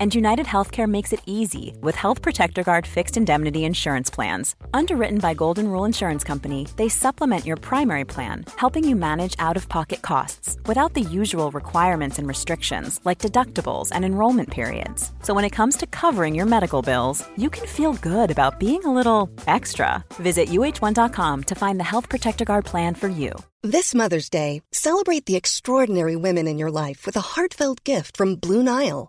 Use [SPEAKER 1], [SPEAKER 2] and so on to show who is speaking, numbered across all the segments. [SPEAKER 1] And United Healthcare makes it easy with Health Protector Guard fixed indemnity insurance plans. Underwritten by Golden Rule Insurance Company, they supplement your primary plan, helping you manage out of pocket costs without the usual requirements and restrictions like deductibles and enrollment periods. So when it comes to covering your medical bills, you can feel good about being a little extra. Visit uh1.com to find the Health Protector Guard plan for you.
[SPEAKER 2] This Mother's Day, celebrate the extraordinary women in your life with a heartfelt gift from Blue Nile.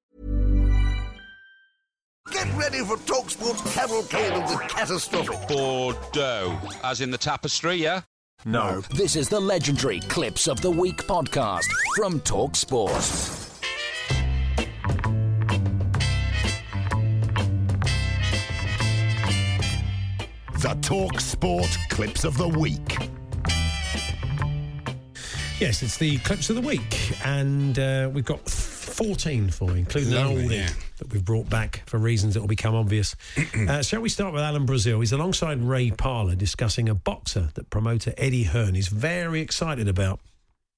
[SPEAKER 3] Get ready for TalkSport's cavalcade of the catastrophic.
[SPEAKER 4] Bordeaux, as in the tapestry, yeah?
[SPEAKER 5] No.
[SPEAKER 6] This is the legendary Clips of the Week podcast from Talk Sport.
[SPEAKER 7] The Talk Sport Clips of the Week.
[SPEAKER 8] Yes, it's the clips of the week, and uh, we've got 14 for you, including an
[SPEAKER 9] Lovely,
[SPEAKER 8] oldie
[SPEAKER 9] yeah.
[SPEAKER 8] that we've brought back for reasons that will become obvious. uh, shall we start with Alan Brazil? He's alongside Ray Parler discussing a boxer that promoter Eddie Hearn is very excited about.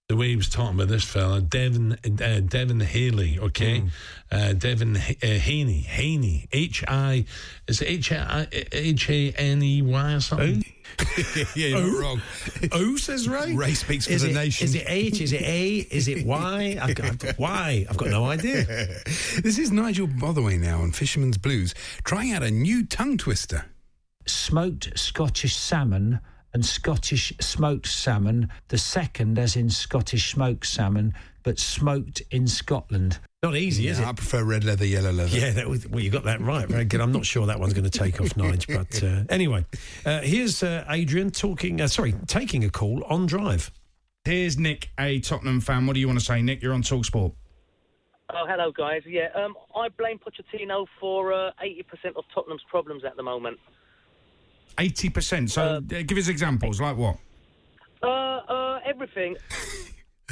[SPEAKER 9] the way he was talking about this fella, Devin uh, Devin Haley, okay,
[SPEAKER 8] Mm.
[SPEAKER 9] uh, Devin H- uh, Haney, Haney, H I, is it H I H A N E Y or something?
[SPEAKER 10] yeah, you're
[SPEAKER 11] Oh.
[SPEAKER 10] not wrong.
[SPEAKER 8] O says Ray.
[SPEAKER 10] Ray speaks for
[SPEAKER 8] is
[SPEAKER 10] the
[SPEAKER 8] it-
[SPEAKER 10] nation.
[SPEAKER 8] Is it H? Is it A? Is it Y? I've got, I've got Y. I've got no idea.
[SPEAKER 10] This is Nigel Botherway now on Fisherman's Blues, trying out a new tongue twister.
[SPEAKER 12] smoked Scottish salmon and Scottish smoked salmon, the second as in Scottish smoked salmon, but smoked in Scotland.
[SPEAKER 8] Not easy, is
[SPEAKER 10] Yeah,
[SPEAKER 8] it?
[SPEAKER 10] I prefer red leather, yellow leather.
[SPEAKER 8] Yeah, that was, well, you got that right. Very good. I'm not sure that one's going to take off, Nige. But uh, anyway, uh, here's uh, Adrian talking. Uh, sorry, taking a call on drive.
[SPEAKER 11] Here's Nick, a Tottenham fan. What do you want to say, Nick? You're on Talksport.
[SPEAKER 12] Oh, hello, guys. Yeah, um, I blame Pochettino for uh, 80% of Tottenham's problems at the moment.
[SPEAKER 11] Eighty percent. So
[SPEAKER 12] Uh,
[SPEAKER 11] uh, give us examples. Like what?
[SPEAKER 12] Uh, uh, everything.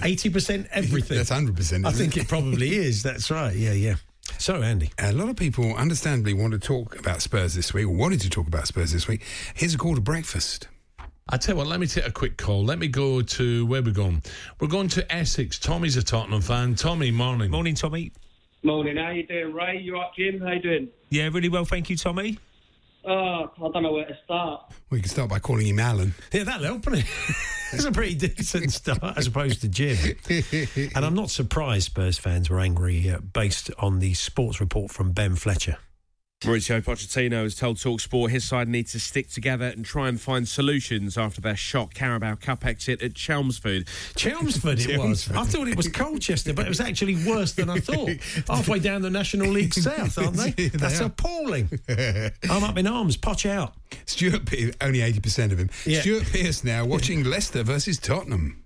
[SPEAKER 8] Eighty percent everything.
[SPEAKER 10] That's 100%. Isn't
[SPEAKER 8] I think
[SPEAKER 10] it?
[SPEAKER 8] it probably is. That's right. Yeah, yeah. So Andy,
[SPEAKER 10] A lot of people, understandably, want to talk about Spurs this week, or wanted to talk about Spurs this week. Here's a call to breakfast.
[SPEAKER 9] I tell you what, let me take a quick call. Let me go to where we're going. We're going to Essex. Tommy's a Tottenham fan. Tommy, morning.
[SPEAKER 8] morning, Tommy.
[SPEAKER 12] Morning, how you doing, Ray? You up, Jim? How you doing?
[SPEAKER 8] Yeah, really well, thank you, Tommy.
[SPEAKER 12] Oh, I don't know where to start.
[SPEAKER 10] We can start by calling him Alan.
[SPEAKER 8] Yeah, that'll help. won't it? That's a pretty decent start as opposed to Jim. and I'm not surprised Spurs fans were angry uh, based on the sports report from Ben Fletcher.
[SPEAKER 11] Mauricio Pochettino has told Talksport his side needs to stick together and try and find solutions after their shock Carabao Cup exit at Chelmsford.
[SPEAKER 8] Chelmsford it was. I thought it was Colchester, but it was actually worse than I thought. Halfway down the National League South, aren't they?
[SPEAKER 10] They
[SPEAKER 8] That's
[SPEAKER 10] are.
[SPEAKER 8] appalling. I'm up in arms. Potch out.
[SPEAKER 10] Stuart Pearce, only 80% of him.
[SPEAKER 8] Yeah.
[SPEAKER 10] Stuart Pearce now watching Leicester versus Tottenham.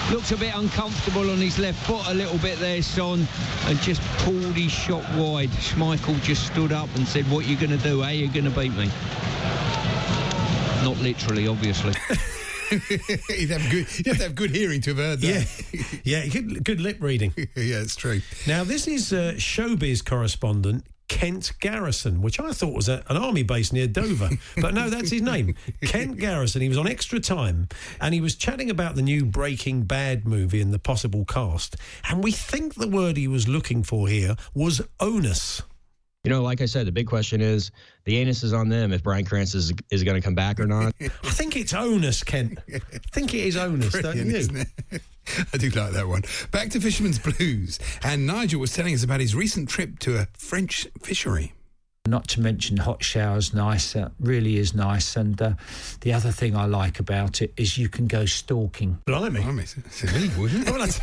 [SPEAKER 12] Looked a bit uncomfortable on his left foot a little bit there, Son, and just pulled his shot wide. Schmeichel just stood up and said, what you going to do, eh? You're going to beat me. Not literally, obviously.
[SPEAKER 10] you'd, have good, you'd have to have good hearing to have heard
[SPEAKER 8] Yeah,
[SPEAKER 10] that.
[SPEAKER 8] yeah. Good, good lip reading.
[SPEAKER 10] Yeah, it's true.
[SPEAKER 8] Now this is uh, showbiz correspondent Kent Garrison, which I thought was a, an army base near Dover, but no, that's his name, Kent Garrison. He was on extra time, and he was chatting about the new Breaking Bad movie and the possible cast. And we think the word he was looking for here was onus.
[SPEAKER 12] You know, like I said, the big question is the anus is on them if Brian Krantz is, is going to come back or not.
[SPEAKER 8] I think it's onus, Kent. I think it is onus, don't
[SPEAKER 10] Brilliant,
[SPEAKER 8] you?
[SPEAKER 10] isn't it? I do like that one. Back to Fisherman's Blues. And Nigel was telling us about his recent trip to a French fishery.
[SPEAKER 12] Not to mention hot showers, nice. Uh, really is nice. And uh, the other thing I like about it is you can go stalking.
[SPEAKER 8] Blimey.
[SPEAKER 10] Blimey, it's- it's illegal, isn't it?
[SPEAKER 8] Well, that's,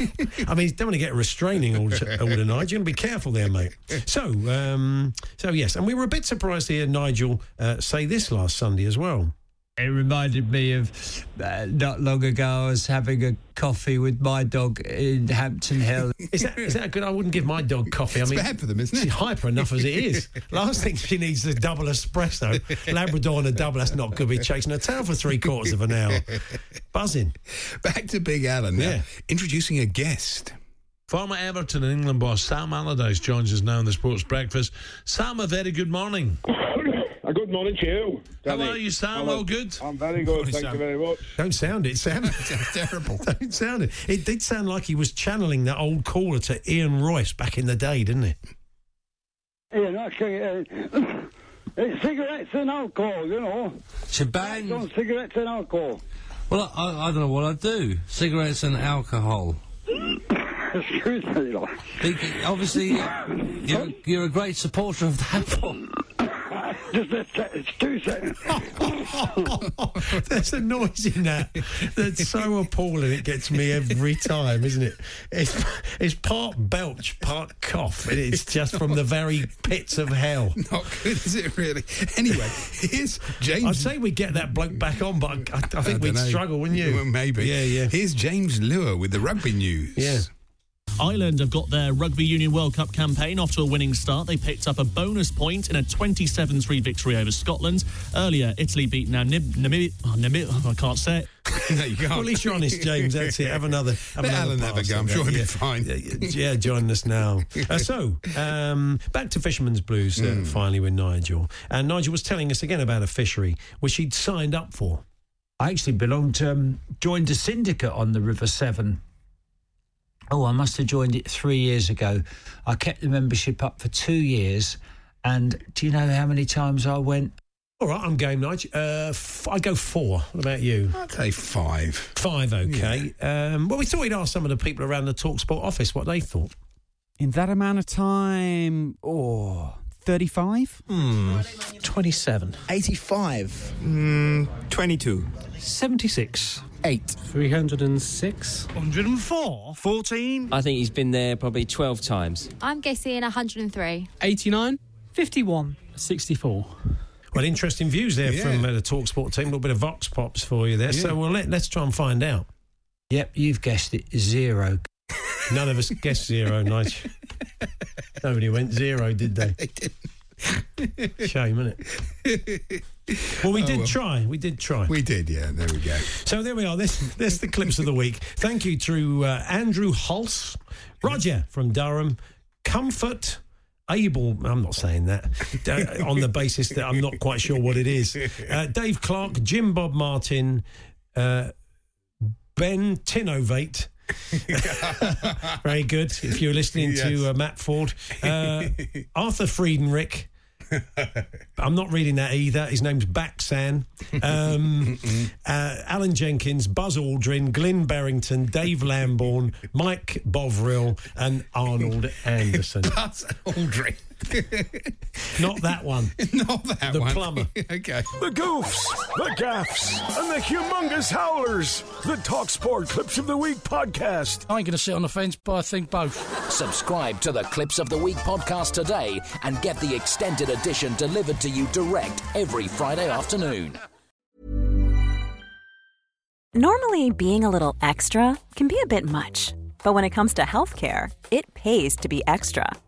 [SPEAKER 8] I mean, don't want to get a restraining order, order Nigel. You're going to be careful there, mate. So, um, so yes, and we were a bit surprised to hear Nigel uh, say this last Sunday as well.
[SPEAKER 5] It reminded me of uh, not long ago, I was having a coffee with my dog in Hampton Hill.
[SPEAKER 8] Is that, is that good? I wouldn't give my dog coffee. I
[SPEAKER 10] It's
[SPEAKER 8] mean,
[SPEAKER 10] bad for them, isn't it?
[SPEAKER 8] She's hyper enough as it is. Last thing she needs is a double espresso. Labrador and a double, that's not good. Be chasing her tail for three quarters of an hour. Buzzing.
[SPEAKER 10] Back to Big Alan now.
[SPEAKER 8] Yeah.
[SPEAKER 10] Introducing a guest.
[SPEAKER 9] Former Everton and England boss Sam Allardyce joins us now in the Sports Breakfast. Sam, a very good morning.
[SPEAKER 13] A good morning to you. Danny.
[SPEAKER 9] How are you, Sam?
[SPEAKER 13] Hello.
[SPEAKER 9] All good?
[SPEAKER 13] I'm very good.
[SPEAKER 9] Morning,
[SPEAKER 13] thank
[SPEAKER 9] Sam.
[SPEAKER 13] you very much.
[SPEAKER 8] Don't sound it, Sam.
[SPEAKER 10] terrible.
[SPEAKER 8] Don't sound it. It did sound like he was channeling that old caller to Ian Royce back in the day, didn't it?
[SPEAKER 13] Yeah, that's good. yeah. It's cigarettes and alcohol, you know.
[SPEAKER 14] Shebang.
[SPEAKER 13] It's on cigarettes and alcohol.
[SPEAKER 14] Well, I, I don't know what I do. Cigarettes and alcohol.
[SPEAKER 13] Excuse me, love.
[SPEAKER 14] Be- Obviously, you're, you're a great supporter of that one.
[SPEAKER 13] Just a sec- it's two seconds.
[SPEAKER 10] Oh,
[SPEAKER 8] There's a noise in that that's so appalling. It gets me every time, isn't it? It's, it's part belch, part cough, and it's just from the very pits of hell.
[SPEAKER 10] Not good, is it really? Anyway, here's James.
[SPEAKER 8] I'd say we get that bloke back on, but I, I think
[SPEAKER 10] don't
[SPEAKER 8] we'd
[SPEAKER 10] know.
[SPEAKER 8] struggle, wouldn't you?
[SPEAKER 10] Well, maybe.
[SPEAKER 8] Yeah, yeah.
[SPEAKER 10] Here's James Lure with the rugby news.
[SPEAKER 8] Yeah.
[SPEAKER 15] Ireland have got their Rugby Union World Cup campaign off to a winning start. They picked up a bonus point in a 27 3 victory over Scotland. Earlier, Italy beat Namib- Namib- oh, Namib- oh, I can't say it.
[SPEAKER 10] no, you can't.
[SPEAKER 8] Well, at least you're honest, James. That's it. Have another. Have
[SPEAKER 10] Let
[SPEAKER 8] another
[SPEAKER 10] Alan have a
[SPEAKER 8] pass
[SPEAKER 10] go. I'm
[SPEAKER 8] at
[SPEAKER 10] sure
[SPEAKER 8] that.
[SPEAKER 10] he'll be
[SPEAKER 8] yeah.
[SPEAKER 10] fine.
[SPEAKER 8] Yeah, joining us now. Uh, so, um, back to Fisherman's Blues uh,
[SPEAKER 10] Hmm.
[SPEAKER 8] finally with Nigel. And Nigel was telling us again about a fishery which he'd signed up for.
[SPEAKER 16] I actually belonged, um, joined a syndicate on the River Severn. Oh, I must have joined it three years ago. I kept the membership up for two years. And do you know how many times I went?
[SPEAKER 8] All right, I'm game, Nigel. Uh, f- I go four. What about you?
[SPEAKER 10] I'd say five.
[SPEAKER 8] Five, okay. Um, well, we thought we'd ask some of the people around the Talksport office what they thought.
[SPEAKER 17] In that amount of time, oh, 35?
[SPEAKER 18] Hmm. 27. 85.
[SPEAKER 19] Hmm,
[SPEAKER 18] Mm, 22. 76. 8. 306. 104. 14. I think he's been there probably 12 times.
[SPEAKER 20] I'm guessing 103.
[SPEAKER 21] 89. 51. 64.
[SPEAKER 8] Well, interesting views there
[SPEAKER 21] Yeah.
[SPEAKER 8] from uh, the Talksport team. A little bit of vox pops for you there. So, we'll let, let's try and find out.
[SPEAKER 16] Yep, you've guessed it, zero.
[SPEAKER 8] None of us guessed zero, Nigel. Nobody went zero, did they? Shame, isn't it? Well, we
[SPEAKER 10] Oh,
[SPEAKER 8] did
[SPEAKER 10] well.
[SPEAKER 8] try. We did try.
[SPEAKER 10] We did, yeah. There we go.
[SPEAKER 8] So there we are. That's, that's the clips of the week. Thank you to uh, Andrew Hulse, Roger from Durham, Comfort. Abel, I'm not saying that uh, on the basis that I'm not quite sure what it is. Uh, Dave Clark, Jim Bob Martin, uh, Ben Tinovate. Very good. If you're listening
[SPEAKER 10] Yes.
[SPEAKER 8] to uh, Matt Ford, uh, Arthur Friedenrich. I'm not reading that either. His name's Baxan. Um, uh, Alan Jenkins, Buzz Aldrin, Glyn Barrington, Dave Lamborn, Mike Bovril, and Arnold Anderson.
[SPEAKER 10] Buzz Aldrin.
[SPEAKER 8] Not that one.
[SPEAKER 10] Not that
[SPEAKER 8] the
[SPEAKER 10] one.
[SPEAKER 8] plumber.
[SPEAKER 10] okay.
[SPEAKER 19] The goofs, the gaffs, and the humongous howlers. The Talksport Clips of the Week podcast.
[SPEAKER 6] I ain't going to sit on the fence, but I think both. Subscribe to the Clips of the Week podcast today and get the extended edition delivered to you direct every Friday afternoon.
[SPEAKER 1] Normally, being a little extra can be a bit much, but when it comes to healthcare, it pays to be extra.